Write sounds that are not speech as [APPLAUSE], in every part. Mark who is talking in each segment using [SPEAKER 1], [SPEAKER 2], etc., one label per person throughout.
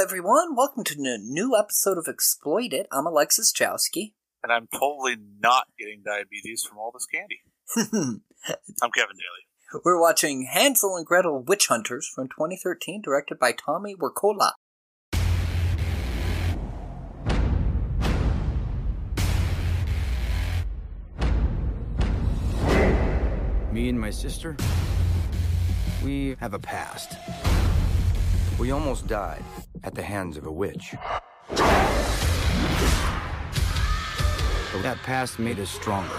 [SPEAKER 1] everyone. Welcome to a new episode of Exploit It. I'm Alexis Chowski. [LAUGHS]
[SPEAKER 2] And I'm totally not getting diabetes from all this candy. I'm Kevin Daly.
[SPEAKER 1] We're watching Hansel and Gretel Witch Hunters from 2013, directed by Tommy Wirkola.
[SPEAKER 3] Me and my sister, we have a past. We almost died at the hands of a witch. But that past made us stronger.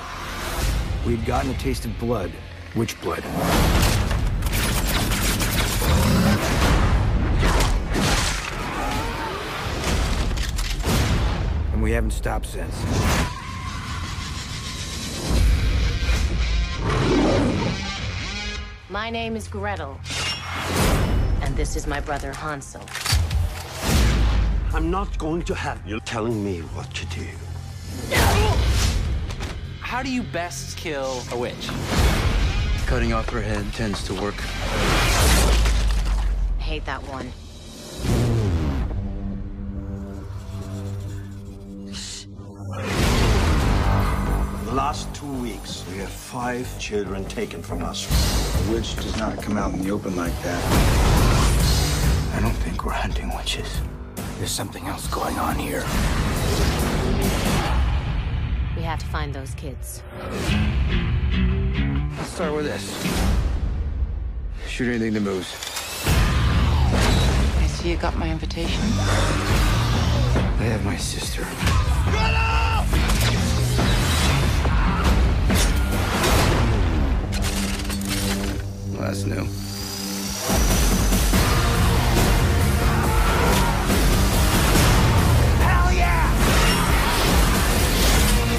[SPEAKER 3] We'd gotten a taste of blood, witch blood. And we haven't stopped since.
[SPEAKER 4] My name is Gretel. And this is my brother Hansel.
[SPEAKER 5] I'm not going to have you telling me what to do.
[SPEAKER 6] How do you best kill a witch?
[SPEAKER 3] Cutting off her head tends to work.
[SPEAKER 4] Hate that one.
[SPEAKER 5] The last two weeks, we have five children taken from us.
[SPEAKER 3] A witch does not come out in the open like that.
[SPEAKER 5] I don't think we're hunting witches.
[SPEAKER 3] There's something else going on here.
[SPEAKER 4] We have to find those kids.
[SPEAKER 3] Let's start with this. Shoot anything that moves.
[SPEAKER 7] I see you got my invitation.
[SPEAKER 3] They have my sister. Well, that's new. Hell yeah!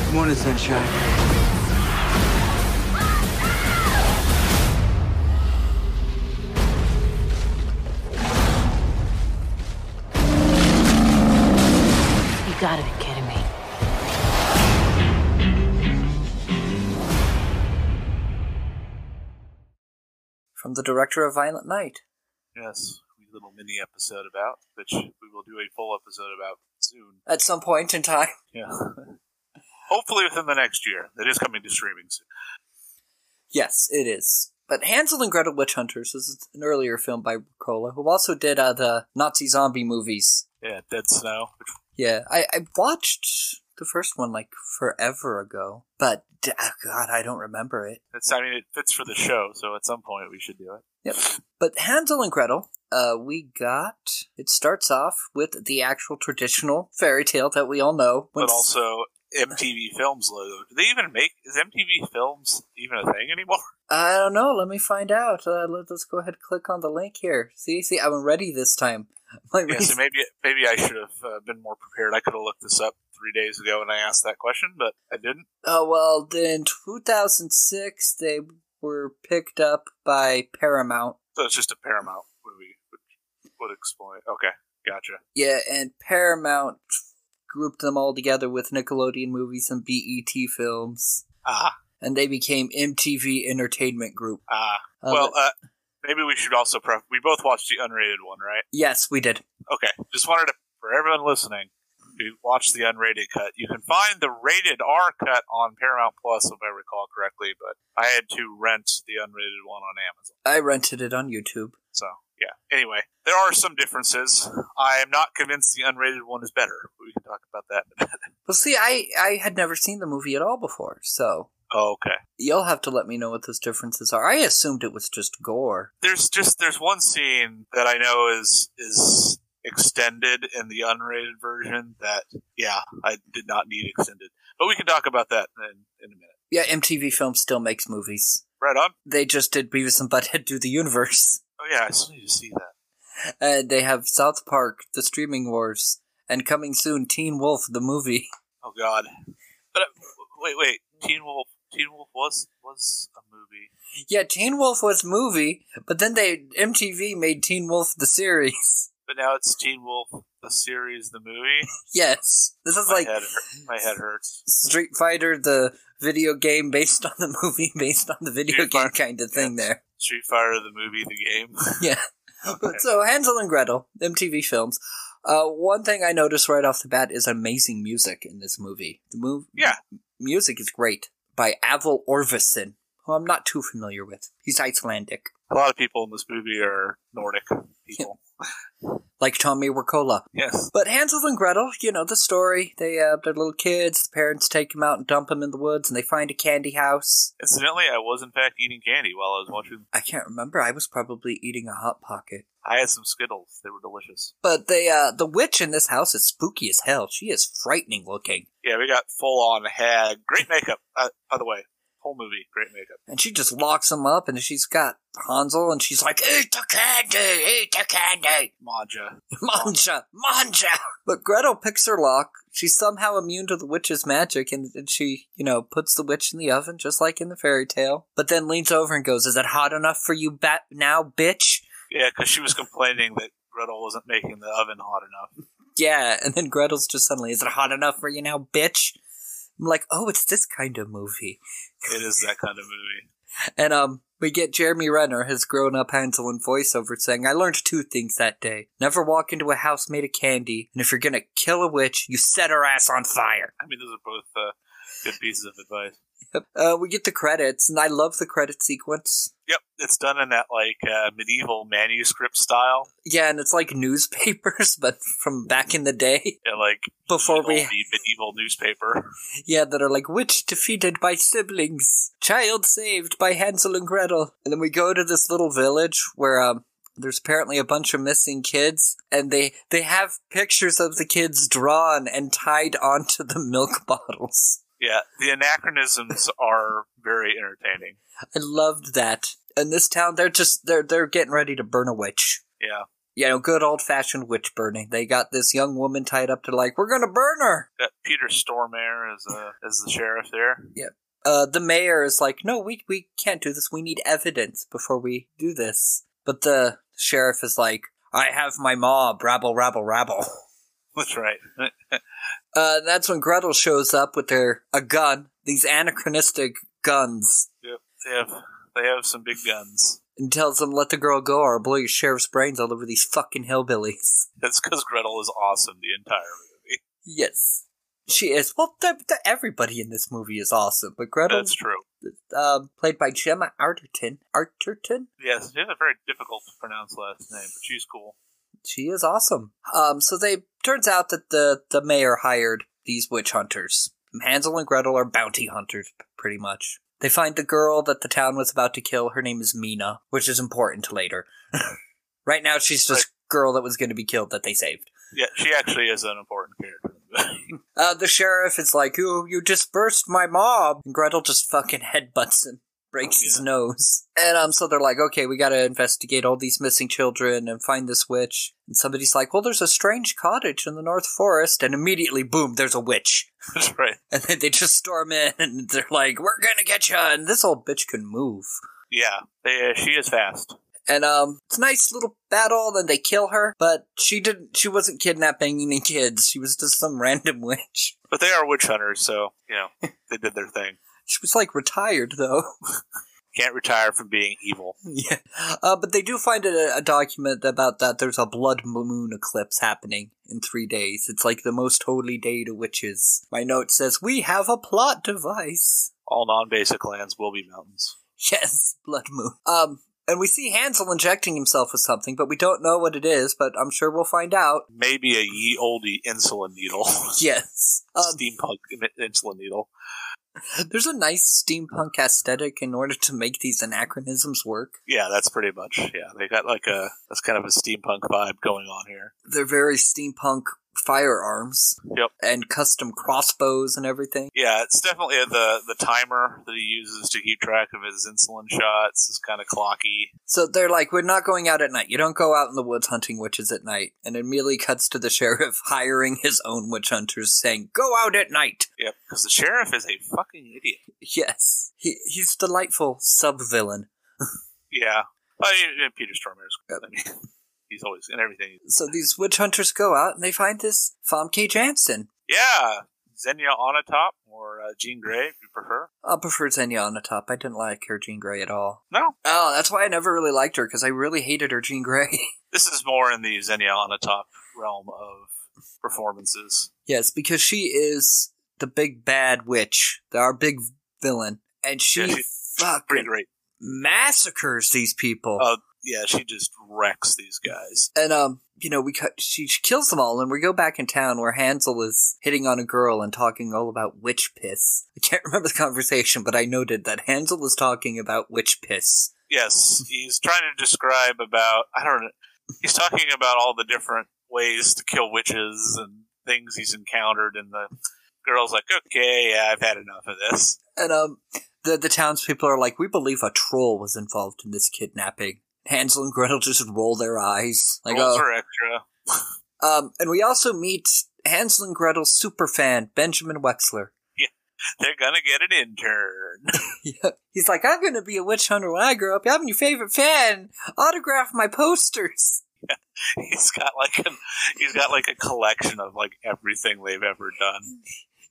[SPEAKER 3] Good morning, sunshine.
[SPEAKER 4] You gotta be kidding me.
[SPEAKER 1] From the director of Violent Night.
[SPEAKER 2] Yes, we little mini episode about, which we will do a full episode about soon.
[SPEAKER 1] At some point in time. [LAUGHS]
[SPEAKER 2] Yeah. [LAUGHS] Hopefully within the next year. It is coming to streaming soon.
[SPEAKER 1] Yes, it is. But Hansel and Gretel Witch Hunters is an earlier film by Wirkola, who also did uh, the Nazi zombie movies.
[SPEAKER 2] Yeah, Dead Snow. Which,
[SPEAKER 1] Yeah, I, I watched the first one like forever ago, but d- oh, God, I don't remember it.
[SPEAKER 2] it's, I mean, it fits for the show, so at some point we should do it.
[SPEAKER 1] Yep. But Hansel and Gretel, uh, we got. It starts off with the actual traditional fairy tale that we all know.
[SPEAKER 2] But also MTV Films logo. Do they even make, is MTV Films even a thing anymore?
[SPEAKER 1] I don't know. Let me find out. Uh, let, us go ahead and click on the link here. See, see, I'm ready this time. [LAUGHS] My
[SPEAKER 2] Yeah, so
[SPEAKER 1] reason-
[SPEAKER 2] maybe maybe I should have uh, been more prepared. I could have looked this up three days ago when I asked that question, but I didn't.
[SPEAKER 1] Oh well, in 2006 they were picked up by Paramount.
[SPEAKER 2] So it's just a Paramount movie, which would explain. Okay, gotcha. [LAUGHS]
[SPEAKER 1] Yeah, and Paramount grouped them all together with Nickelodeon movies and BET films,
[SPEAKER 2] Ah,
[SPEAKER 1] and they became MTV Entertainment Group.
[SPEAKER 2] ah.
[SPEAKER 1] Uh,
[SPEAKER 2] well, uh, maybe we should also pref. We both watched the unrated one, right?
[SPEAKER 1] yes, we did.
[SPEAKER 2] Okay, just wanted to for everyone listening. who watched the unrated cut. You can find the rated R cut on Paramount Plus, if I recall correctly. But I had to rent the unrated one on Amazon.
[SPEAKER 1] I rented it on YouTube.
[SPEAKER 2] So yeah. Anyway, there are some differences. I am not convinced the unrated one is better. We can talk about that. [LAUGHS] In a minute.
[SPEAKER 1] Well, see, I I had never seen the movie at all before, so
[SPEAKER 2] okay.
[SPEAKER 1] you'll have to let me know what those differences are. I assumed it was just gore.
[SPEAKER 2] There's just there's one scene that I know is is extended in the unrated version that yeah I did not need extended, but we can talk about that in, in a minute.
[SPEAKER 1] Yeah, MTV Films still makes movies.
[SPEAKER 2] Right on.
[SPEAKER 1] They just did Beavis and Butthead Do the Universe. [LAUGHS]
[SPEAKER 2] Oh yeah, I still need to see that.
[SPEAKER 1] And they have South Park, The Streaming Wars, and coming soon, Teen Wolf, the movie. [LAUGHS]
[SPEAKER 2] Oh god. But uh, wait, wait. Teen Wolf. Teen Wolf was was a movie.
[SPEAKER 1] Yeah, Teen Wolf was movie, but then they MTV made Teen Wolf the series. [LAUGHS]
[SPEAKER 2] But now it's Teen Wolf, the series, the movie.
[SPEAKER 1] Yes. This is
[SPEAKER 2] My,
[SPEAKER 1] like
[SPEAKER 2] head, hurt- my head hurts.
[SPEAKER 1] Street Fighter, the video game based on the [LAUGHS] movie, based on the video
[SPEAKER 2] Street
[SPEAKER 1] game
[SPEAKER 2] Fighter,
[SPEAKER 1] kind of thing
[SPEAKER 2] yes.
[SPEAKER 1] there.
[SPEAKER 2] [LAUGHS]
[SPEAKER 1] [LAUGHS]
[SPEAKER 2] Street Fighter, the movie, the game. [LAUGHS]
[SPEAKER 1] Yeah. But so Hansel and Gretel, MTV films. Uh, one thing I noticed right off the bat is amazing music in this movie. The move,
[SPEAKER 2] Yeah.
[SPEAKER 1] music is great by Avel Orvason, who I'm not too familiar with. He's Icelandic,
[SPEAKER 2] A lot of people in this movie are Nordic people.
[SPEAKER 1] like Tommy Wirkola.
[SPEAKER 2] yes.
[SPEAKER 1] But Hansel and Gretel, you know the story. They uh, they're little kids. The parents take them out and dump them in the woods, and they find a candy house.
[SPEAKER 2] Incidentally, I was in fact eating candy while I was watching.
[SPEAKER 1] I can't remember. I was probably eating a hot pocket.
[SPEAKER 2] I had some Skittles. They were delicious.
[SPEAKER 1] But they uh, the witch in this house is spooky as hell. She is frightening looking,
[SPEAKER 2] Yeah, we got full on hag. Great makeup, uh, by the way. Whole movie, great makeup.
[SPEAKER 1] and she just locks them up, and she's got Hansel, and she's like, "Eat the candy, eat the candy."
[SPEAKER 2] Manja.
[SPEAKER 1] [LAUGHS] Manja! Manja! But Gretel picks her lock. She's somehow immune to the witch's magic, and, and she, you know, puts the witch in the oven, just like in the fairy tale. But then leans over and goes, Is it hot enough for you bat now, bitch?
[SPEAKER 2] Yeah, because she was complaining that Gretel wasn't making the oven hot enough.
[SPEAKER 1] Yeah, [LAUGHS] and then Gretel's just suddenly, Is it hot enough for you now, bitch? I'm like, Oh, it's this kind of movie.
[SPEAKER 2] It is that kind of movie.
[SPEAKER 1] And, um, we get Jeremy Renner, his grown up Hansel in voiceover, saying, I learned two things that day. Never walk into a house made of candy, and if you're gonna kill a witch, you set her ass on fire.
[SPEAKER 2] I mean, those are both uh, good pieces of advice.
[SPEAKER 1] Uh, we get the credits, and I love the credit sequence.
[SPEAKER 2] Yep, it's done in that like uh, medieval manuscript style,
[SPEAKER 1] Yeah, and it's like [LAUGHS] newspapers, but from back in the day.
[SPEAKER 2] yeah, like
[SPEAKER 1] Before
[SPEAKER 2] the
[SPEAKER 1] we,
[SPEAKER 2] old medieval newspaper.
[SPEAKER 1] yeah, that are like witch defeated by siblings, child saved by Hansel and Gretel, and then we go to this little village where um, there's apparently a bunch of missing kids, and they they have pictures of the kids drawn and tied onto the milk [LAUGHS] bottles.
[SPEAKER 2] Yeah, the anachronisms are very entertaining.
[SPEAKER 1] I loved that. And this town, they're just they're they're getting ready to burn a witch.
[SPEAKER 2] Yeah,
[SPEAKER 1] you know, good old fashioned witch burning. They got this young woman tied up to like, we're gonna burn her.
[SPEAKER 2] that Peter Stormare is uh, is the sheriff there. [LAUGHS]
[SPEAKER 1] Uh, the mayor is like, no, we we can't do this. We need evidence before we do this. But the sheriff is like, I have my mob, rabble, rabble, rabble. [LAUGHS]
[SPEAKER 2] That's right.
[SPEAKER 1] Uh, that's when Gretel shows up with their a gun, these anachronistic guns,
[SPEAKER 2] Yep, they have they have some big guns.
[SPEAKER 1] and tells them, let the girl go or I'll blow your sheriff's brains all over these fucking hillbillies. [LAUGHS]
[SPEAKER 2] That's because Gretel is awesome the entire movie.
[SPEAKER 1] Yes, she is. Well, th- th- everybody in this movie is awesome, but Gretel
[SPEAKER 2] That's true.
[SPEAKER 1] um, played by Gemma Arterton. Arterton?
[SPEAKER 2] Yes, she has a very difficult to pronounce last name, but she's cool.
[SPEAKER 1] She is awesome. Um, so they turns out that the the mayor hired these witch hunters. Hansel and Gretel are bounty hunters, p- pretty much. They find the girl that the town was about to kill. Her name is Mina, which is important later. [LAUGHS] right now, she's this girl that was going to be killed that they saved.
[SPEAKER 2] Yeah, she actually is an important character. in the movie. [LAUGHS]
[SPEAKER 1] Uh, the sheriff is like, "You, you dispersed my mob." And Gretel just fucking [LAUGHS] headbutts him, breaks his
[SPEAKER 2] Yeah.
[SPEAKER 1] nose, and um, so they're like, "Okay, we got to investigate all these missing children and find this witch." And somebody's like, "Well, there's a strange cottage in the North Forest," and immediately, boom, there's a witch, [LAUGHS]
[SPEAKER 2] That's right.
[SPEAKER 1] and then they just storm in, and they're like, "We're gonna get you!" And this old bitch can move.
[SPEAKER 2] Yeah, they, uh, she is fast.
[SPEAKER 1] And um, it's a nice little battle. Then they kill her, but she didn't. She wasn't kidnapping any kids. She was just some random [LAUGHS] witch.
[SPEAKER 2] But they are witch hunters, so, you know, they did their thing.
[SPEAKER 1] She was like retired though.
[SPEAKER 2] Can't retire from being evil.
[SPEAKER 1] yeah. Uh, but they do find a, a document about that there's a blood moon eclipse happening in three days. It's like the most holy day to witches. My note says, We have a plot device. [LAUGHS]
[SPEAKER 2] All non basic lands will be mountains.
[SPEAKER 1] Yes, blood moon. Um, and we see Hansel injecting himself with something, but we don't know what it is, but I'm sure we'll find out. [LAUGHS]
[SPEAKER 2] Maybe a ye olde insulin needle. [LAUGHS]
[SPEAKER 1] Yes. Um,
[SPEAKER 2] Steampunk in- insulin needle.
[SPEAKER 1] there's a nice steampunk aesthetic in order to make these anachronisms work.
[SPEAKER 2] Yeah, that's pretty much. Yeah, they got like a, that's kind of a steampunk vibe going on here.
[SPEAKER 1] They're very steampunk firearms.
[SPEAKER 2] Yep.
[SPEAKER 1] And custom crossbows and everything.
[SPEAKER 2] Yeah, it's definitely uh, the the timer that he uses to keep track of his insulin shots is kind of clocky.
[SPEAKER 1] So they're like, we're not going out at night. You don't go out in the woods hunting witches at night. And it immediately cuts to the sheriff [LAUGHS] hiring his own witch hunters, saying, go out at night. [LAUGHS]
[SPEAKER 2] Yep, because the sheriff is a fucking idiot.
[SPEAKER 1] Yes. He, he's a delightful sub villain.
[SPEAKER 2] Yeah, I mean, Peter Stormare's. I mean, [LAUGHS] he's always in everything.
[SPEAKER 1] So these witch hunters go out and they find this Famke Janssen.
[SPEAKER 2] Yeah, Xenia on a top or uh, Jean Grey, if you prefer.
[SPEAKER 1] I prefer Xenia on the top. I didn't like her Jean Grey at all.
[SPEAKER 2] No,
[SPEAKER 1] Oh, that's why I never really liked her because I really hated her Jean Grey. [LAUGHS]
[SPEAKER 2] this is more in the Xenia on the top realm of performances.
[SPEAKER 1] yes, because she is the big bad witch, our big villain, and she
[SPEAKER 2] Yeah, she- Pretty
[SPEAKER 1] fucking
[SPEAKER 2] great.
[SPEAKER 1] massacres these people.
[SPEAKER 2] Uh, yeah, she just wrecks these guys.
[SPEAKER 1] and um, you know, we cut. She, she kills them all, and we go back in town where Hansel is hitting on a girl and talking all about witch piss. I can't [LAUGHS] remember the conversation, but I noted that Hansel was talking about witch piss.
[SPEAKER 2] Yes, he's trying to describe about I don't know. He's talking about all the different ways to kill witches and things he's encountered, and the girl's like, "Okay, yeah, I've had enough of this."
[SPEAKER 1] And um, the the townspeople are like, we believe a troll was involved in this kidnapping. Hansel and Gretel just roll their eyes, like,
[SPEAKER 2] Rules
[SPEAKER 1] oh.
[SPEAKER 2] are extra.
[SPEAKER 1] Um, and we also meet Hansel and Gretel's superfan Benjamin Wexler.
[SPEAKER 2] They're gonna get an intern. [LAUGHS]
[SPEAKER 1] Yeah. He's like, I'm going to be a witch hunter when I grow up. I'm your favorite fan. Autograph my posters.
[SPEAKER 2] he's got like an, he's got like a collection of like everything they've ever done.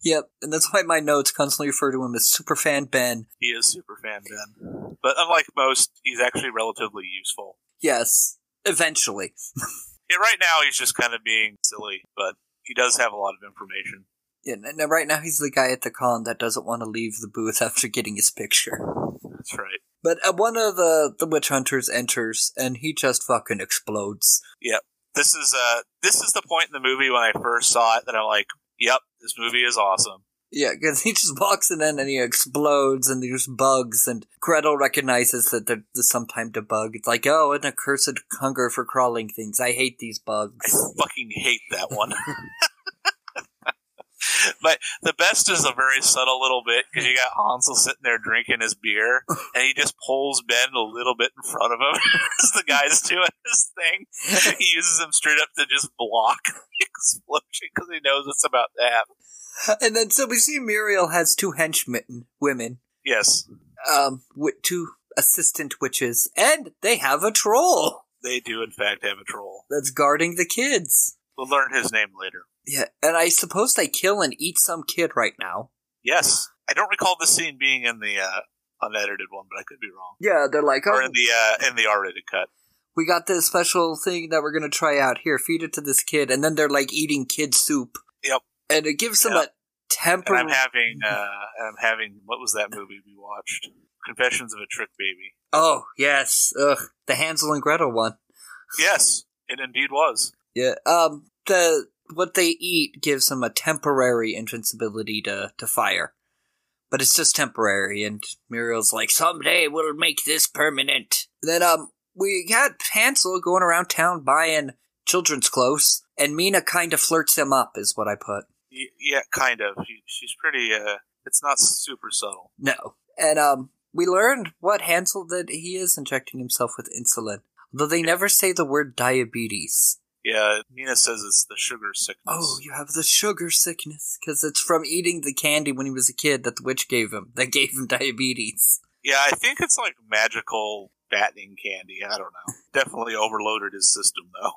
[SPEAKER 1] Yep, and that's why my notes constantly refer to him as superfan Ben.
[SPEAKER 2] He is super fan Ben, but unlike most, he's actually relatively useful.
[SPEAKER 1] Yes, eventually. [LAUGHS]
[SPEAKER 2] Yeah, right now he's just kind of being silly, but he does have a lot of information.
[SPEAKER 1] And, and right now he's the guy at the con that doesn't want to leave the booth after getting his picture.
[SPEAKER 2] That's right.
[SPEAKER 1] But uh, one of the, the witch hunters enters, and he just fucking explodes.
[SPEAKER 2] This is uh this is the point in the movie when I first saw it that I'm like, yep, this movie is awesome.
[SPEAKER 1] Yeah, because [LAUGHS] he just walks in and he explodes, and there's bugs, and Gretel recognizes that there- there's some time to bug. It's like, oh, an accursed hunger for crawling things. I hate these
[SPEAKER 2] I
[SPEAKER 1] bugs.
[SPEAKER 2] fucking hate that one. [LAUGHS] But the best is a very subtle little bit because you got Hansel sitting there drinking his beer, and he just pulls Ben a little bit in front of him [LAUGHS] as the guy's doing his thing. He uses him straight up to just block the [LAUGHS] explosion because he knows it's about to happen.
[SPEAKER 1] [LAUGHS] and then, so we see Muriel has two henchmen, women,
[SPEAKER 2] Yes,
[SPEAKER 1] um, with two assistant witches, and they have a troll
[SPEAKER 2] they do in fact have a troll.
[SPEAKER 1] that's guarding the kids.
[SPEAKER 2] We'll learn his name later.
[SPEAKER 1] Yeah, and I suppose they kill and eat some kid right now.
[SPEAKER 2] Yes, I don't recall this scene being in the uh, unedited one, but I could be wrong.
[SPEAKER 1] Yeah, they're like,
[SPEAKER 2] Or
[SPEAKER 1] oh,
[SPEAKER 2] in the uh, in the R-rated cut.
[SPEAKER 1] we got this special thing that we're gonna try out. Here, feed it to this kid, and then they're like eating kid soup.
[SPEAKER 2] Yep.
[SPEAKER 1] And it gives them
[SPEAKER 2] Yep.
[SPEAKER 1] a temper.
[SPEAKER 2] And I'm having, uh, and I'm having, what was that movie we watched? Confessions of a Trick Baby.
[SPEAKER 1] oh yes, ugh, the Hansel and Gretel one.
[SPEAKER 2] Yes, it indeed was.
[SPEAKER 1] Yeah. Um. The what they eat gives them a temporary invincibility to to fire, but it's just temporary. And Muriel's like, someday we'll make this permanent. Then um, we got Hansel going around town buying children's clothes, and Mina kind of flirts him up, is what I put.
[SPEAKER 2] Y- yeah, kind of. She, she's pretty, uh, it's not super subtle.
[SPEAKER 1] No. And um we learned what Hansel did he is injecting himself with insulin. Though they never say the word diabetes.
[SPEAKER 2] Yeah, Nina says it's the sugar sickness.
[SPEAKER 1] Oh, you have the sugar sickness because it's from eating the candy when he was a kid that the witch gave him. That gave him [LAUGHS] diabetes.
[SPEAKER 2] yeah, I think it's like magical fattening candy. I don't know. Definitely overloaded his system, though.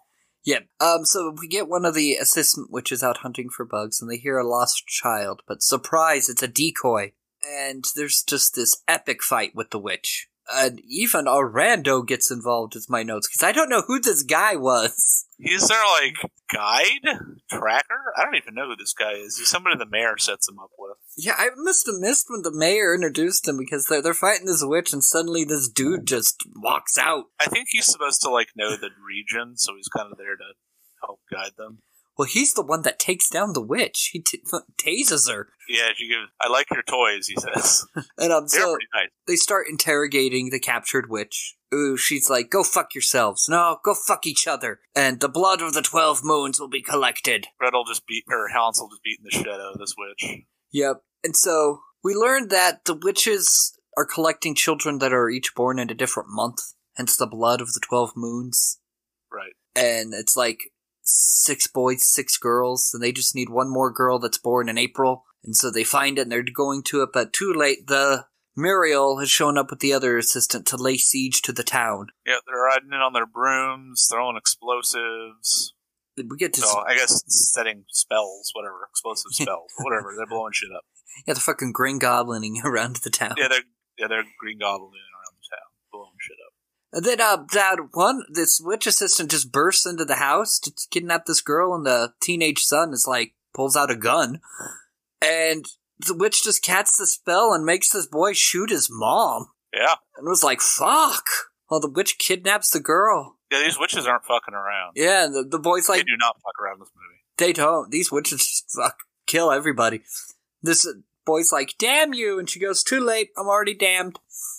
[SPEAKER 1] Yeah. Um. So we get one of the assistant witches out hunting for bugs, and they hear a lost child. But surprise, it's a decoy. And there's just this epic fight with the witch. And even Orlando gets involved with my notes because I don't know who this guy was.
[SPEAKER 2] He's their, like, guide? Tracker? I don't even know who this guy is. He's somebody the mayor sets him up with.
[SPEAKER 1] Yeah, I must have missed when the mayor introduced him because they're, they're fighting this witch and suddenly this dude just walks out.
[SPEAKER 2] I think he's supposed to, like, know the region, so he's kind of there to help guide them.
[SPEAKER 1] Well, he's the one that takes down the witch. He t- tases her.
[SPEAKER 2] Yeah, she gives. I like your toys. He says [LAUGHS]
[SPEAKER 1] And um,
[SPEAKER 2] they're
[SPEAKER 1] so
[SPEAKER 2] pretty nice.
[SPEAKER 1] they start interrogating the captured witch. Ooh, she's like, go fuck yourselves. No, go fuck each other. And the blood of the 12 moons will be collected.
[SPEAKER 2] Gretel just beat or Hansel just beating the shit out of this witch.
[SPEAKER 1] Yep. And so we learned that the witches are collecting children that are each born in a different month, hence the blood of the 12 moons.
[SPEAKER 2] Right.
[SPEAKER 1] and it's like six boys, six girls, and they just need one more girl that's born in April. And so they find it and they're going to it, but too late. The Muriel has shown up with the other assistant to lay siege to the town.
[SPEAKER 2] Yeah, they're riding in on their brooms, throwing explosives.
[SPEAKER 1] We get to
[SPEAKER 2] So I guess setting spells, whatever explosive spells, whatever. They're blowing shit up.
[SPEAKER 1] Yeah, the fucking green goblining [LAUGHS] around the town.
[SPEAKER 2] Yeah, they're yeah they're Green Goblin around the town, blowing shit up.
[SPEAKER 1] And then uh, that one, this witch assistant just bursts into the house to kidnap this girl, and the teenage son is like pulls out a gun, and the witch just cats the spell and makes this boy shoot his mom,
[SPEAKER 2] Yeah,
[SPEAKER 1] and was like, "Fuck!" Well, the witch kidnaps the girl.
[SPEAKER 2] yeah, these witches aren't fucking around.
[SPEAKER 1] Yeah, and the, the boy's
[SPEAKER 2] They
[SPEAKER 1] like,
[SPEAKER 2] do not fuck around in this movie.
[SPEAKER 1] "They don't. These witches just fuck kill everybody." This uh, boy's like, "Damn you!" And she goes, "Too late. I'm already damned."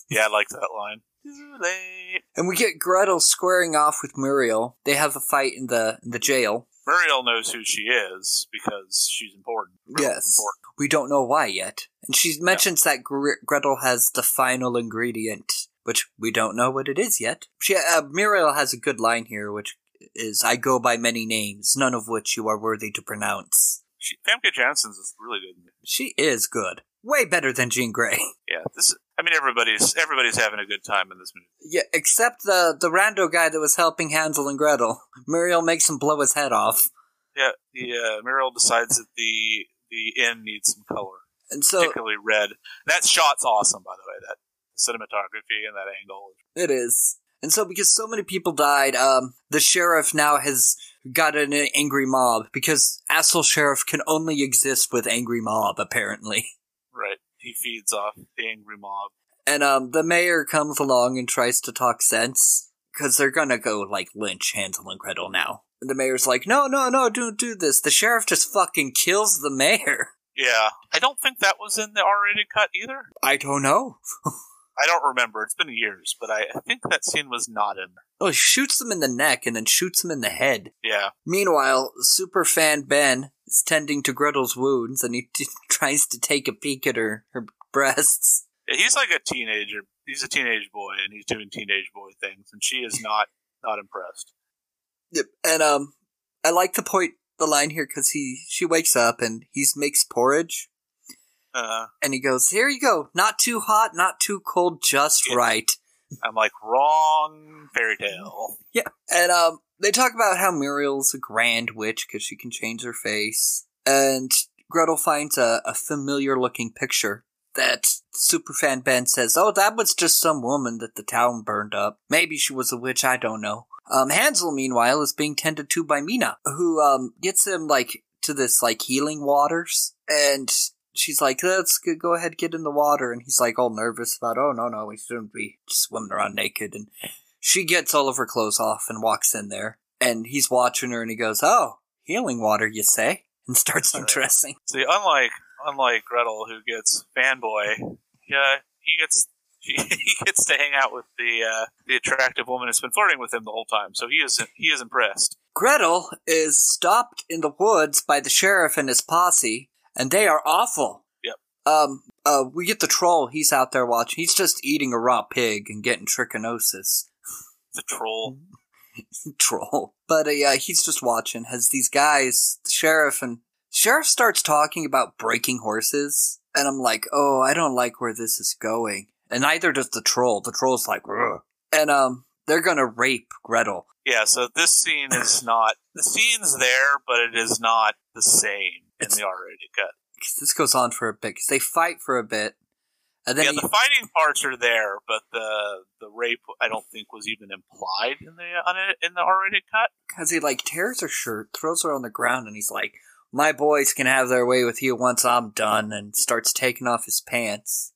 [SPEAKER 2] Yeah, I like that line. Too late.
[SPEAKER 1] And we get Gretel squaring off with Muriel. They have a fight in the in the jail.
[SPEAKER 2] Muriel knows who she is because she's important. Muriel's
[SPEAKER 1] Yes.
[SPEAKER 2] important.
[SPEAKER 1] We don't know why yet. And she mentions that Gre- Gretel has the final ingredient, which we don't know what it is yet. She, uh, Muriel has a good line here, which is I go by many names, none of which you are worthy to pronounce.
[SPEAKER 2] She, Famke Janssen's is really good. in this.
[SPEAKER 1] She is good. Way better than Jean Grey. [LAUGHS]
[SPEAKER 2] Yeah, this. I mean, everybody's everybody's having a good time in this movie.
[SPEAKER 1] Yeah, except the, the rando guy that was helping Hansel and Gretel. Muriel makes him blow his head off.
[SPEAKER 2] Yeah, the uh, Muriel decides that the the inn needs some color,
[SPEAKER 1] And so
[SPEAKER 2] particularly red. That shot's awesome, by the way. That cinematography and that angle.
[SPEAKER 1] It is. And so, because so many people died, um, the sheriff now has got an angry mob because asshole sheriff can only exist with angry mob, apparently. [LAUGHS]
[SPEAKER 2] Right, he feeds off the angry mob.
[SPEAKER 1] And um, the mayor comes along and tries to talk sense because they're gonna go like lynch Hansel and Gretel now. And the mayor's like, "No, no, no! Don't do this." The sheriff just fucking kills the mayor. [LAUGHS]
[SPEAKER 2] Yeah, I don't think that was in the R-rated cut either.
[SPEAKER 1] I don't know.
[SPEAKER 2] I don't remember. It's been years, but I, I think that scene was not in. there.
[SPEAKER 1] Oh, he shoots him in the neck and then shoots him in the head.
[SPEAKER 2] Yeah,
[SPEAKER 1] Meanwhile, superfan Ben is tending to Gretel's wounds and he [LAUGHS] t- tries to take a peek at her, her breasts.
[SPEAKER 2] Yeah, he's like a teenager. He's a teenage boy, and he's doing teenage boy things, and she is not not impressed.
[SPEAKER 1] Yep. And um I like the point the line here cuz he she wakes up and he makes porridge
[SPEAKER 2] Uh,
[SPEAKER 1] and he goes, "Here you go. Not too hot, not too cold, just
[SPEAKER 2] Yeah.
[SPEAKER 1] right."
[SPEAKER 2] I'm like wrong fairy tale.
[SPEAKER 1] Yeah. And um they talk about how Muriel's a grand witch cuz she can change her face. And Gretel finds a, a familiar looking picture that superfan Ben says, "Oh, that was just some woman that the town burned up. Maybe she was a witch, I don't know." Um Hansel meanwhile is being tended to by Mina, who um gets him like to this like healing waters and She's like, let's g- go ahead, get in the water. And he's like, all nervous about, oh, no, no, we shouldn't be swimming around naked. And she gets all of her clothes off and walks in there. And he's watching her and he goes, Oh, healing water, you say? And starts
[SPEAKER 2] All right.
[SPEAKER 1] undressing.
[SPEAKER 2] See, unlike unlike Gretel, who gets fanboy, yeah, he gets [LAUGHS] he gets to hang out with the uh, the attractive woman who's been flirting with him the whole time. So he is he is impressed.
[SPEAKER 1] Gretel is stopped in the woods by the sheriff and his posse, and they are awful.
[SPEAKER 2] Yep.
[SPEAKER 1] Um, uh, we get the troll. He's out there watching. He's just eating a raw pig and getting trichinosis. [LAUGHS]
[SPEAKER 2] The troll.
[SPEAKER 1] troll. But uh, yeah, he's just watching. Has these guys, the sheriff and sheriff starts talking about breaking horses, and I'm like, oh, I don't like where this is going. And neither does the troll. The troll's like, Ugh. and um, they're gonna rape Gretel.
[SPEAKER 2] Yeah. So this scene is not the scene's there, but it is not the same in the R-rated cut.
[SPEAKER 1] 'Cause This goes on for a bit. 'cause they fight for a bit, and then
[SPEAKER 2] yeah,
[SPEAKER 1] he- [LAUGHS]
[SPEAKER 2] the fighting parts are there, but the the rape I don't think was even implied in the on- in the R-rated cut.
[SPEAKER 1] Because he like tears her shirt, throws her on the ground, and he's like, "My boys can have their way with you once I'm done," and starts taking off his pants.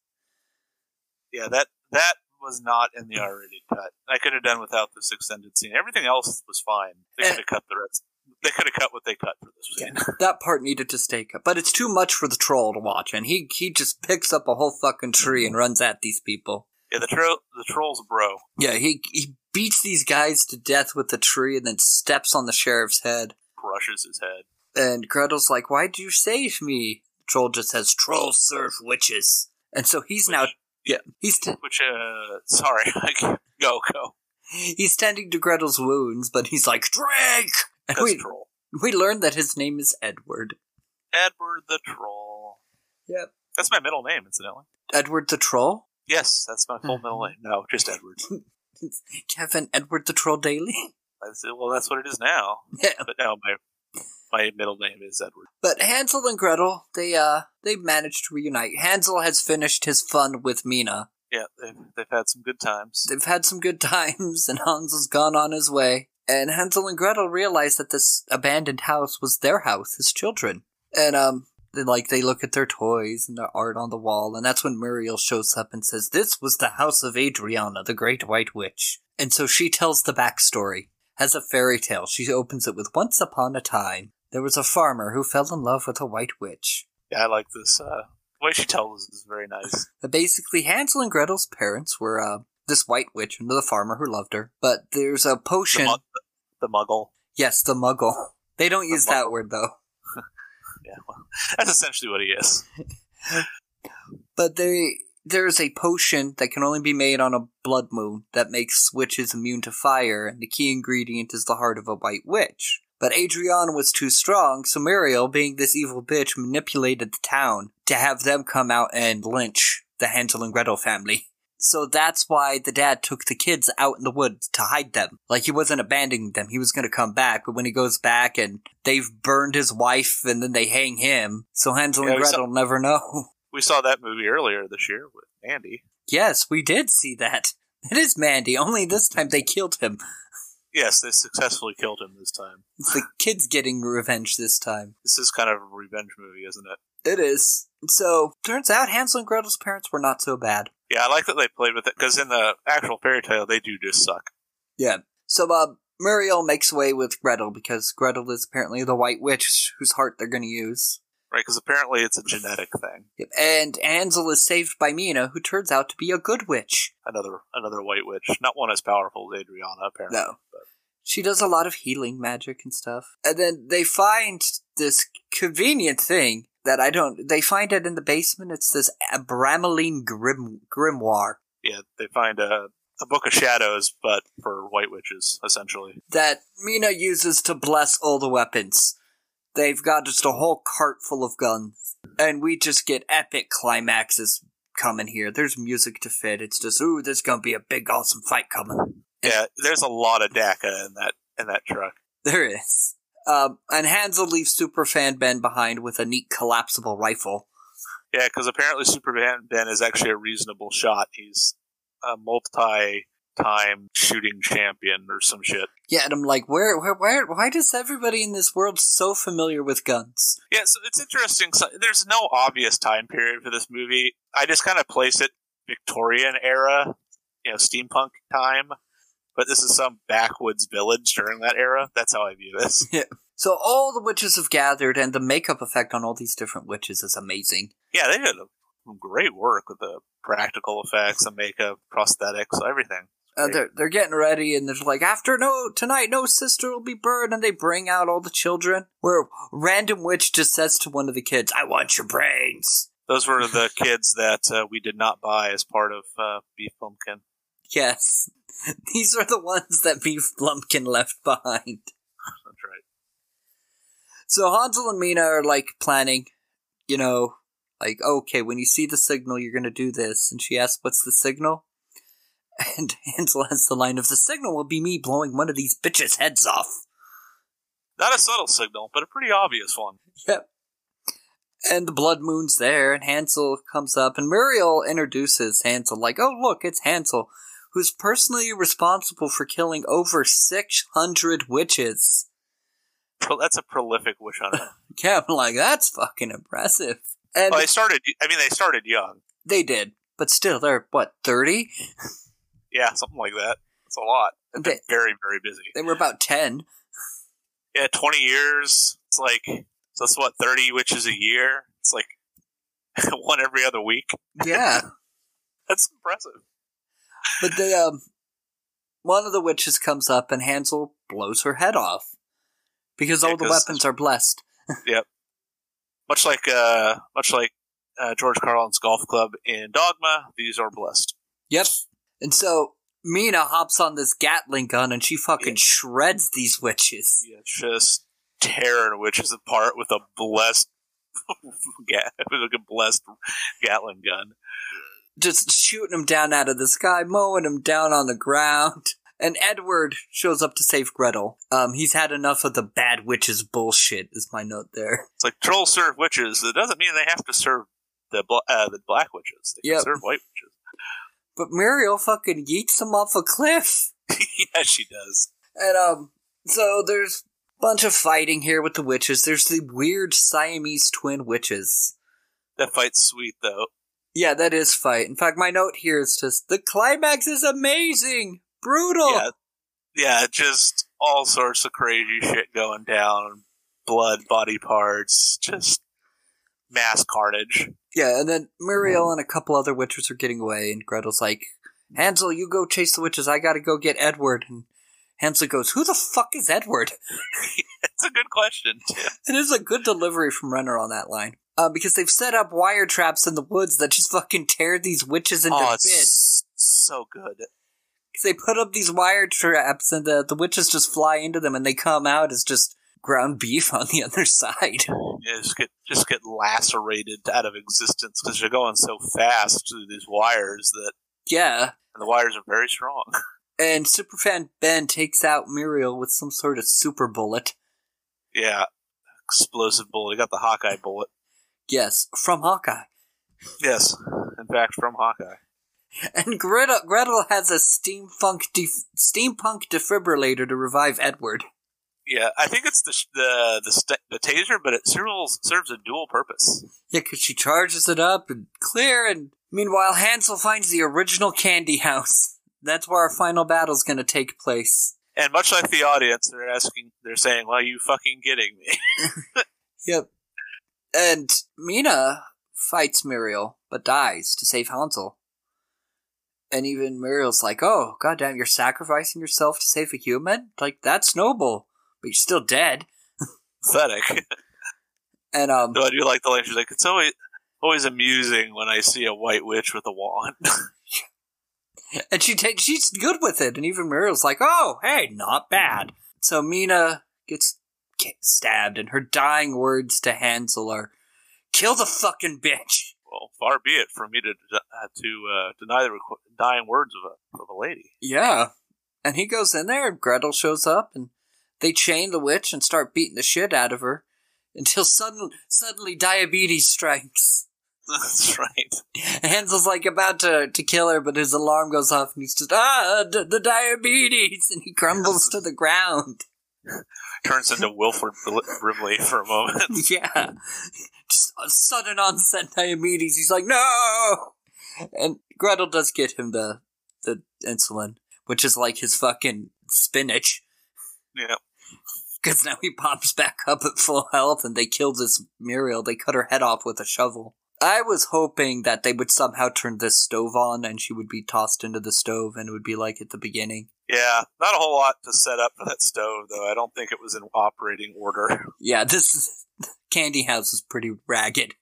[SPEAKER 2] Yeah, that that was not in the R-rated cut. I could have done without this extended scene. Everything else was fine.
[SPEAKER 1] Eh.
[SPEAKER 2] They could have cut the rest. They could have cut what they cut for this scene.
[SPEAKER 1] that part needed to stay cut, but it's too much for the troll to watch, and he he just picks up a whole fucking tree and runs at these people.
[SPEAKER 2] [LAUGHS] Yeah, the tro- the troll's a bro.
[SPEAKER 1] Yeah, he he beats these guys to death with the tree and then steps on the sheriff's head.
[SPEAKER 2] Crushes his head.
[SPEAKER 1] And Gretel's like, "Why'd you save me?" Troll just says, "Troll serve witches," and so he's now yeah he's t-
[SPEAKER 2] Which, uh, sorry, [LAUGHS] I can't- go
[SPEAKER 1] [LAUGHS]
[SPEAKER 2] go.
[SPEAKER 1] he's tending to Gretel's wounds, but he's like, "Drink." And
[SPEAKER 2] That's
[SPEAKER 1] we
[SPEAKER 2] troll.
[SPEAKER 1] we learn that his name is Edward.
[SPEAKER 2] Edward the troll.
[SPEAKER 1] Yep.
[SPEAKER 2] That's my middle name, incidentally.
[SPEAKER 1] Edward the Troll.
[SPEAKER 2] Yes, that's my full middle name. No, just [LAUGHS] Edward.
[SPEAKER 1] Kevin Edward the Troll Daily.
[SPEAKER 2] I said, well, that's what it is now.
[SPEAKER 1] [LAUGHS] Yeah.
[SPEAKER 2] But no, my My middle name is Edward.
[SPEAKER 1] But Hansel and Gretel, they uh they managed to reunite. Hansel has finished his fun with Mina.
[SPEAKER 2] Yeah, they've, they've had some good times.
[SPEAKER 1] They've had some good [LAUGHS] times and Hansel's gone on his way. And Hansel and Gretel realize that this abandoned house was their house as children. And um they like they look at their toys and their art on the wall, and that's when Muriel shows up and says, This was the house of Adriana, the great white witch. And so she tells the backstory. As a fairy tale, she opens it with Once upon a time, there was a farmer who fell in love with a white witch.
[SPEAKER 2] Yeah, I like this. Uh, the way she tells this is very nice.
[SPEAKER 1] But basically, Hansel and Gretel's parents were uh, this white witch and the farmer who loved her. But there's a
[SPEAKER 2] The,
[SPEAKER 1] potion.
[SPEAKER 2] mug, the muggle.
[SPEAKER 1] yes, the muggle. [LAUGHS] They don't use that word though.
[SPEAKER 2] Yeah, well, that's essentially what he is.
[SPEAKER 1] But they there's a potion that can only be made on a blood moon that makes witches immune to fire, and the key ingredient is the heart of a white witch. But Adriana was too strong, so Muriel, being this evil bitch, manipulated the town to have them come out and lynch the Hansel and Gretel family. So that's why the dad took the kids out in the woods to hide them. Like he wasn't abandoning them. He was going to come back, but when he goes back and they've burned his wife and then they hang him, so Hansel
[SPEAKER 2] Yeah,
[SPEAKER 1] and
[SPEAKER 2] we saw-
[SPEAKER 1] Gretel never know. [LAUGHS]
[SPEAKER 2] We saw that movie earlier this year with Andy.
[SPEAKER 1] Yes, we did see that. [LAUGHS] It is Mandy, only this time they killed him.
[SPEAKER 2] Yes, they successfully killed him this time.
[SPEAKER 1] It's the kids getting revenge this time.
[SPEAKER 2] This is kind of a revenge movie, isn't it?
[SPEAKER 1] It is. So, turns out Hansel and Gretel's parents were not so bad.
[SPEAKER 2] Yeah, I like that they played with it because in the actual fairy tale, they do just suck.
[SPEAKER 1] Yeah. So, uh, Muriel makes way with Gretel because Gretel is apparently the white witch whose heart they're going to use.
[SPEAKER 2] Right, because apparently it's a genetic thing.
[SPEAKER 1] Yep. And Hansel is saved by Mina, who turns out to be a good witch.
[SPEAKER 2] Another another white witch, not one as powerful as Adriana, apparently.
[SPEAKER 1] No. She does a lot of healing magic and stuff. And then they find this convenient thing that I don't. They find it in the basement. It's this Abrameline grim, grimoire
[SPEAKER 2] Yeah, they find a a book of shadows, but for white witches, essentially.
[SPEAKER 1] that Mina uses to bless all the weapons. They've got just a whole cart full of guns. And we just get epic climaxes coming here. There's music to fit. It's just, ooh, there's gonna be a big, awesome fight coming.
[SPEAKER 2] Yeah, there's a lot of DACA in that in that truck.
[SPEAKER 1] [LAUGHS] There is. Um, and Hansel leaves Superfan Ben behind with a neat collapsible rifle.
[SPEAKER 2] Yeah, because apparently Superman Ben is actually a reasonable shot. He's a multi-time shooting champion or some shit.
[SPEAKER 1] Yeah, and I'm like, where, where, where, why does everybody in this world so familiar with guns?
[SPEAKER 2] Yeah, so it's interesting. So there's no obvious time period for this movie. I just kind of place it Victorian era, you know, steampunk time. But this is some backwoods village during that era. That's how I view this. [LAUGHS]
[SPEAKER 1] So all the witches have gathered, and the makeup effect on all these different witches is amazing.
[SPEAKER 2] Yeah, they did some great work with the practical effects, the makeup, prosthetics, everything.
[SPEAKER 1] Uh, they're they're getting ready, and they're like, after no tonight, no sister will be burned, and they bring out all the children. Where random witch just says to one of the kids, "I want your brains." [LAUGHS]
[SPEAKER 2] Those were the kids that uh, we did not buy as part of uh, Beef Pumpkin.
[SPEAKER 1] Yes, [LAUGHS] these are the ones that Beef Lumpkin left behind.
[SPEAKER 2] That's right.
[SPEAKER 1] So Hansel and Mina are like planning, you know, like, okay, when you see the signal, you're going to do this. And she asks, what's the signal? [LAUGHS] And Hansel has the line of, the signal will be me blowing one of these bitches' heads off. [LAUGHS]
[SPEAKER 2] Not a subtle signal, but a pretty obvious one.
[SPEAKER 1] Yep. And the Blood Moon's there, and Hansel comes up, and Muriel introduces Hansel, like, oh, look, it's Hansel, who's personally responsible for killing over 600 witches. [LAUGHS]
[SPEAKER 2] But that's a prolific wish on it.
[SPEAKER 1] Yeah, I'm like, that's fucking impressive. And
[SPEAKER 2] Well, they started. I mean, they started young.
[SPEAKER 1] They did, but still, they're what thirty.
[SPEAKER 2] Yeah, something like that. It's a lot. They've been
[SPEAKER 1] They,
[SPEAKER 2] very, very busy.
[SPEAKER 1] they were about ten.
[SPEAKER 2] Yeah, twenty years. It's like so that's what thirty witches a year. It's like [LAUGHS] one every other week.
[SPEAKER 1] Yeah,
[SPEAKER 2] That's impressive.
[SPEAKER 1] but they um, one of the witches comes up and Hansel blows her head off because all
[SPEAKER 2] Yeah,
[SPEAKER 1] the
[SPEAKER 2] 'cause-
[SPEAKER 1] weapons are blessed.
[SPEAKER 2] Much like uh, much like uh, George Carlin's golf club in Dogma. These are blessed.
[SPEAKER 1] Yep. And so Mina hops on this Gatling gun and she fucking
[SPEAKER 2] Yeah.
[SPEAKER 1] shreds these witches.
[SPEAKER 2] Yeah, it's just tearing witches apart with a blessed. [LAUGHS] Yeah, like a blessed Gatling gun.
[SPEAKER 1] just shooting him down out of the sky, mowing him down on the ground. And Edward shows up to save Gretel. Um, he's had enough of the bad witches bullshit, is my note there.
[SPEAKER 2] It's like trolls serve witches. It doesn't mean they have to serve the bl- uh, the black witches. They
[SPEAKER 1] Yep.
[SPEAKER 2] can serve white witches.
[SPEAKER 1] But Muriel fucking yeets him off a cliff.
[SPEAKER 2] [LAUGHS] yeah, she does.
[SPEAKER 1] And um, so there's a bunch of fighting here with the witches. There's the weird Siamese twin witches.
[SPEAKER 2] That fight's sweet though.
[SPEAKER 1] Yeah, that is fight. In fact, my note here is just the climax is amazing, brutal.
[SPEAKER 2] Yeah, yeah, just all sorts of crazy shit going down. Blood, body parts, just mass carnage.
[SPEAKER 1] Yeah, and then Muriel and a couple other witches are getting away, and Gretel's like, Hansel, you go chase the witches. I gotta go get Edward. And Hansel goes, Who the fuck is Edward?
[SPEAKER 2] It's a good question. too.
[SPEAKER 1] It is a good delivery from Renner on that line. Uh, because they've set up wire traps in the woods that just fucking tear these witches into
[SPEAKER 2] Oh,
[SPEAKER 1] bits.
[SPEAKER 2] it's so good.
[SPEAKER 1] 'Cause they put up these wire traps and the, the witches just fly into them and they come out as just ground beef [LAUGHS] on the other side.
[SPEAKER 2] Yeah, just get just get lacerated out of existence because you're going so fast through these wires that
[SPEAKER 1] yeah.
[SPEAKER 2] and the wires are very strong. [LAUGHS]
[SPEAKER 1] And Superfan Ben takes out Muriel with some sort of super bullet.
[SPEAKER 2] yeah, explosive bullet. He got the Hawkeye bullet.
[SPEAKER 1] Yes, from Hawkeye.
[SPEAKER 2] Yes, in fact, from Hawkeye.
[SPEAKER 1] And Gretel, Gretel has a steampunk def- steampunk defibrillator to revive Edward.
[SPEAKER 2] Yeah, I think it's the sh- the the, st- the taser, but it serves serves a dual purpose.
[SPEAKER 1] Yeah, 'cause she charges it up and clear. And meanwhile, Hansel finds the original candy house. [LAUGHS] That's where our final battle's going to take place.
[SPEAKER 2] And much like the audience, they're asking, they're saying, "Well, are you fucking kidding me?" [LAUGHS]
[SPEAKER 1] Yep. And Mina fights Muriel, but dies to save Hansel. And even Muriel's like, oh, goddamn, you're sacrificing yourself to save a human? Like, that's noble, but you're still dead.
[SPEAKER 2] Pathetic. [LAUGHS]
[SPEAKER 1] And, um,
[SPEAKER 2] Though I do like the line. She's like, "It's always always amusing when I see a white witch with a wand." [LAUGHS]
[SPEAKER 1] And she takes she's good with it, and even Muriel's like, "Oh, hey, not bad." So Mina gets ki- stabbed, and her dying words to Hansel are, "Kill the fucking bitch." [LAUGHS]
[SPEAKER 2] well, far be it from me to uh, to uh, deny the requ- dying words of a of a lady. [LAUGHS]
[SPEAKER 1] Yeah, and he goes in there, and Gretel shows up, and they chain the witch and start beating the shit out of her until sudden, suddenly diabetes strikes. [LAUGHS]
[SPEAKER 2] That's right.
[SPEAKER 1] Hansel's like about to, to kill her, but his alarm goes off, and he's just ah, d- the diabetes, [LAUGHS] and he crumbles to the ground.
[SPEAKER 2] Turns into Wilford Br- Brimley for a moment.
[SPEAKER 1] [LAUGHS]
[SPEAKER 2] [LAUGHS]
[SPEAKER 1] yeah. Just a sudden onset diabetes. He's like, no! And Gretel does get him the, the insulin, which is like his fucking spinach.
[SPEAKER 2] Yeah.
[SPEAKER 1] Because now he pops back up at full health and they kill this Muriel. They cut her head off with a shovel. I was hoping that they would somehow turn this stove on and she would be tossed into the stove and it would be like at the beginning.
[SPEAKER 2] Yeah, not a whole lot to set up for that stove, though. I don't think it was in operating order.
[SPEAKER 1] Yeah, this [LAUGHS] candy house is pretty ragged.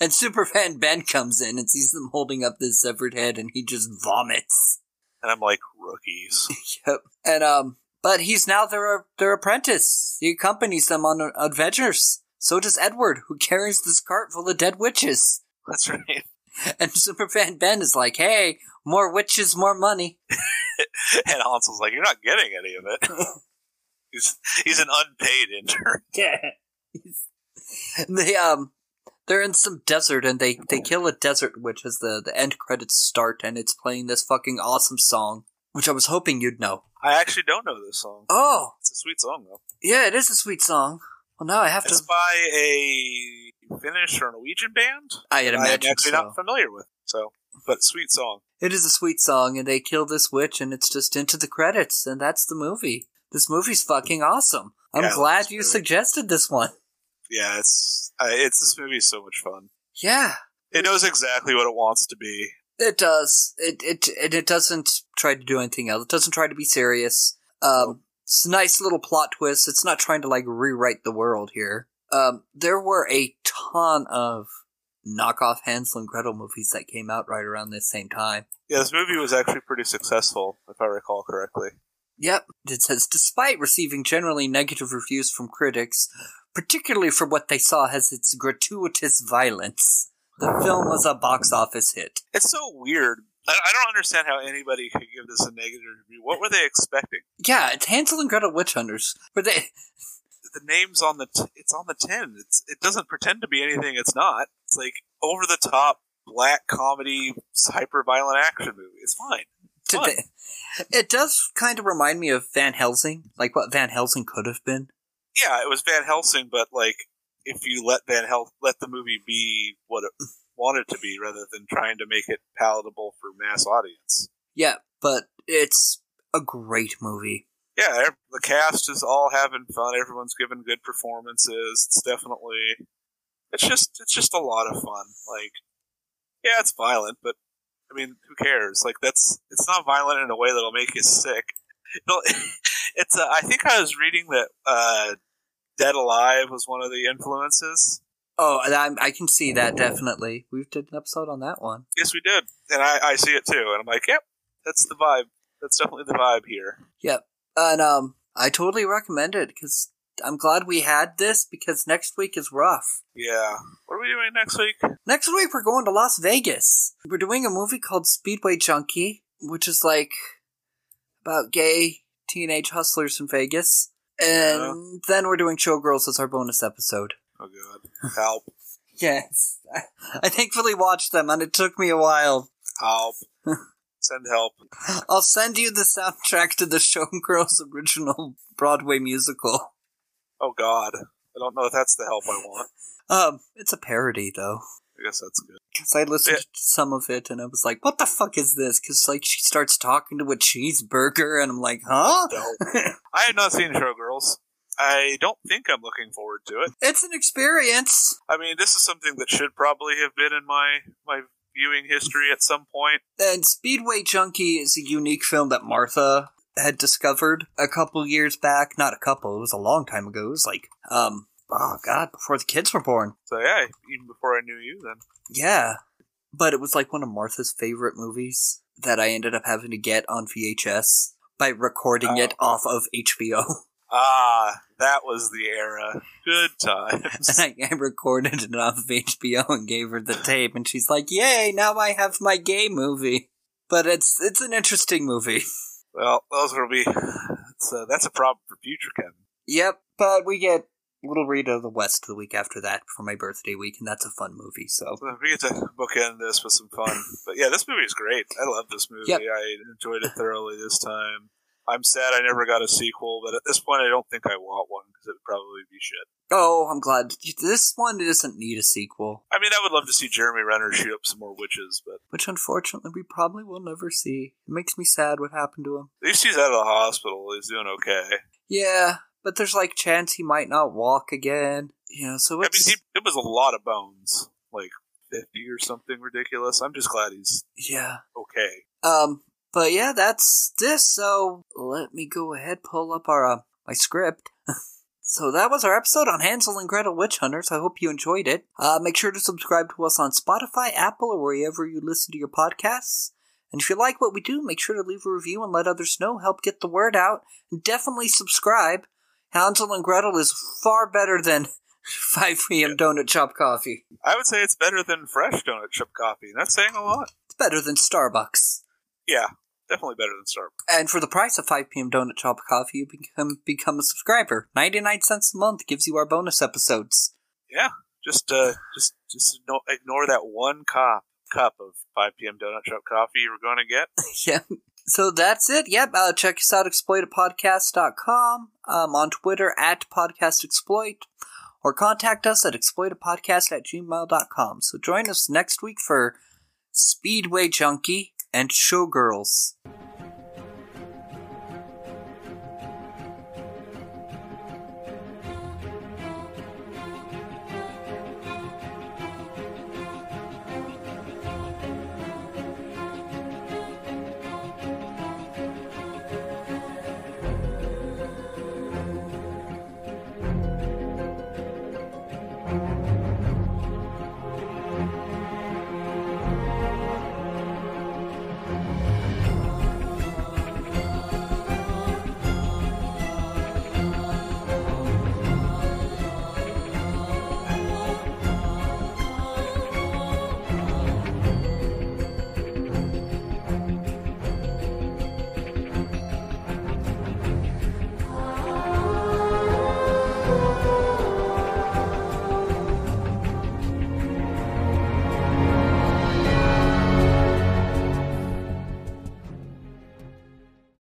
[SPEAKER 1] And Superfan Ben comes in and sees them holding up this severed head and he just vomits.
[SPEAKER 2] And I'm like,
[SPEAKER 1] [LAUGHS]
[SPEAKER 2] rookies.
[SPEAKER 1] Yep. And um but he's now their their apprentice. He accompanies them on adventures. So does Edward, who carries this cart full of dead witches.
[SPEAKER 2] That's right.
[SPEAKER 1] And [LAUGHS] Superfan Ben is like, hey, more witches, more money.
[SPEAKER 2] And Hansel's like, you're not getting any of
[SPEAKER 1] [LAUGHS]
[SPEAKER 2] it. he's, he's an unpaid intern.
[SPEAKER 1] Yeah. [LAUGHS] they um they're in some desert and they they kill a desert witch as the the end credits start and it's playing this fucking awesome song which I was hoping you'd know.
[SPEAKER 2] I actually don't know this song.
[SPEAKER 1] Oh,
[SPEAKER 2] It's a sweet song, though.
[SPEAKER 1] yeah, it is a sweet song. Well, now I have
[SPEAKER 2] It's
[SPEAKER 1] to.
[SPEAKER 2] by a Finnish or Norwegian band.
[SPEAKER 1] I had
[SPEAKER 2] that I'm
[SPEAKER 1] imagined
[SPEAKER 2] actually
[SPEAKER 1] so.
[SPEAKER 2] not familiar with. So, but sweet song.
[SPEAKER 1] It is a sweet song, and they kill this witch, and it's just into the credits, and that's the movie. This movie's fucking awesome. I'm
[SPEAKER 2] Yeah, I love
[SPEAKER 1] glad
[SPEAKER 2] this
[SPEAKER 1] you
[SPEAKER 2] movie.
[SPEAKER 1] suggested this one.
[SPEAKER 2] Yeah, it's uh, it's this movie is so much fun.
[SPEAKER 1] Yeah,
[SPEAKER 2] It knows exactly what it wants to be.
[SPEAKER 1] It does. It it and it doesn't try to do anything else. It doesn't try to be serious. Um, it's a nice little plot twist. It's not trying to like rewrite the world here. Um, there were a ton of knockoff Hansel and Gretel movies that came out right around this same time.
[SPEAKER 2] Yeah, this movie was actually pretty successful, if I recall correctly.
[SPEAKER 1] Yep. It says, despite receiving generally negative reviews from critics, particularly for what they saw as its gratuitous violence, the film was a box office hit.
[SPEAKER 2] It's so weird I, I don't understand how anybody could give this a negative review. What were they expecting?
[SPEAKER 1] Yeah, it's Hansel and Gretel Witch Hunters. Were they?
[SPEAKER 2] The name's on the t- it's on the tin. It's it doesn't pretend to be anything it's not. It's like over the top black comedy hyper violent action movie. It's fine. It's
[SPEAKER 1] Did
[SPEAKER 2] fun.
[SPEAKER 1] they it does kind of remind me of Van Helsing, like what Van Helsing could have been.
[SPEAKER 2] yeah, it was Van Helsing, but like if you let Van Hel- let the movie be what it wanted to be, rather than trying to make it palatable for mass audience.
[SPEAKER 1] Yeah, but it's a great movie.
[SPEAKER 2] Yeah, ev- the cast is all having fun. Everyone's giving good performances. It's definitely, it's just it's just a lot of fun. Like, yeah, it's violent, but I mean, who cares? Like, that's it's not violent in a way that'll make you sick. No, [LAUGHS] it's. Uh, I think I was reading that uh, Dead Alive was one of the influences.
[SPEAKER 1] Oh, and I'm, I can see that definitely. We've did an episode on that one.
[SPEAKER 2] Yes, we did, and I, I see it too, and I'm like, yep, that's the vibe. That's definitely the vibe here.
[SPEAKER 1] Yep, and um, I totally recommend it because I'm glad we had this because next week is rough.
[SPEAKER 2] Yeah. What are we doing next week? Oh,
[SPEAKER 1] Next week we're going to Las Vegas. We're doing a movie called Speedway Junkie, which is like about gay teenage hustlers in Vegas. And then we're doing Showgirls as our bonus episode.
[SPEAKER 2] Oh god, help,
[SPEAKER 1] Yes. [LAUGHS] I, I thankfully watched them and it took me a while.
[SPEAKER 2] help, send help.
[SPEAKER 1] I'll send you the soundtrack to the [LAUGHS] Showgirls original Broadway musical.
[SPEAKER 2] Oh god, I don't know if that's the help I want.
[SPEAKER 1] Um, it's a parody though.
[SPEAKER 2] I guess that's good.
[SPEAKER 1] Because I listened
[SPEAKER 2] Yeah.
[SPEAKER 1] to some of it and I was like, what the fuck is this? Because, like, she starts talking to a cheeseburger and I'm like, huh?
[SPEAKER 2] I have not seen Showgirls. I don't think I'm looking forward to it.
[SPEAKER 1] It's an experience.
[SPEAKER 2] I mean, this is something that should probably have been in my my viewing history at some point.
[SPEAKER 1] And Speedway Junkie is a unique film that Martha had discovered a couple years back. Not a couple, it was a long time ago. It was like, um, oh god, before the kids were born.
[SPEAKER 2] So yeah, even before I knew you, then
[SPEAKER 1] Yeah. But it was like one of Martha's favorite movies that I ended up having to get on VHS by recording it off of HBO.
[SPEAKER 2] ah, that was the era. Good
[SPEAKER 1] [LAUGHS]
[SPEAKER 2] times. [LAUGHS]
[SPEAKER 1] And I, I recorded it off of HBO and gave her the tape, and she's like, "Yay! Now I have my gay movie." But it's it's an interesting movie.
[SPEAKER 2] Well, those will be. So that's a problem for future Kevin.
[SPEAKER 1] Yep. But we get Little Rita of the West the week after that for my birthday week, and that's a fun movie. So
[SPEAKER 2] So we get to bookend this with some fun. But yeah, this movie is great. I love this movie.
[SPEAKER 1] Yep.
[SPEAKER 2] I enjoyed it thoroughly this time. I'm sad I never got a sequel, but at this point, I don't think I want one because it'd probably be shit.
[SPEAKER 1] oh, I'm glad this one doesn't need a sequel,
[SPEAKER 2] I mean, I would love to see Jeremy Renner shoot up some more witches, but
[SPEAKER 1] which unfortunately we probably will never see. It makes me sad what happened to him.
[SPEAKER 2] at least he's out of the hospital. He's doing okay.
[SPEAKER 1] Yeah, but there's like chance he might not walk again. You know, so
[SPEAKER 2] I mean,
[SPEAKER 1] it's
[SPEAKER 2] he, it was a lot of bones, like 50 or something ridiculous. I'm just glad he's
[SPEAKER 1] yeah.
[SPEAKER 2] okay.
[SPEAKER 1] Um, but yeah, that's this. So let me go ahead pull up our uh, my script. [LAUGHS] so that was our episode on Hansel and Gretel Witch Hunters. I hope you enjoyed it. Uh, make sure to subscribe to us on Spotify, Apple, or wherever you listen to your podcasts. And if you like what we do, make sure to leave a review and let others know. Help get the word out. And definitely subscribe. Hansel and Gretel is far better than [LAUGHS] 5 p.m. donut shop coffee.
[SPEAKER 2] I would say it's better than fresh donut chip coffee, and that's saying a lot.
[SPEAKER 1] It's better than Starbucks.
[SPEAKER 2] Yeah, definitely better than Starbucks.
[SPEAKER 1] And for the price of 5 p.m. Donut Shop Coffee, you become become a subscriber. 99 cents a month gives you our bonus episodes. [LAUGHS]
[SPEAKER 2] Yeah, just uh, just just no, ignore that one cup cup of 5 p.m. donut shop coffee you were going to get.
[SPEAKER 1] yep. So that's it. Yep. Uh, check us out, exploitedpodcast.com, um, on Twitter at podcastexploit, or contact us at exploitedpodcast at gmail.com. So join us next week for Speedway Junkie and Showgirls.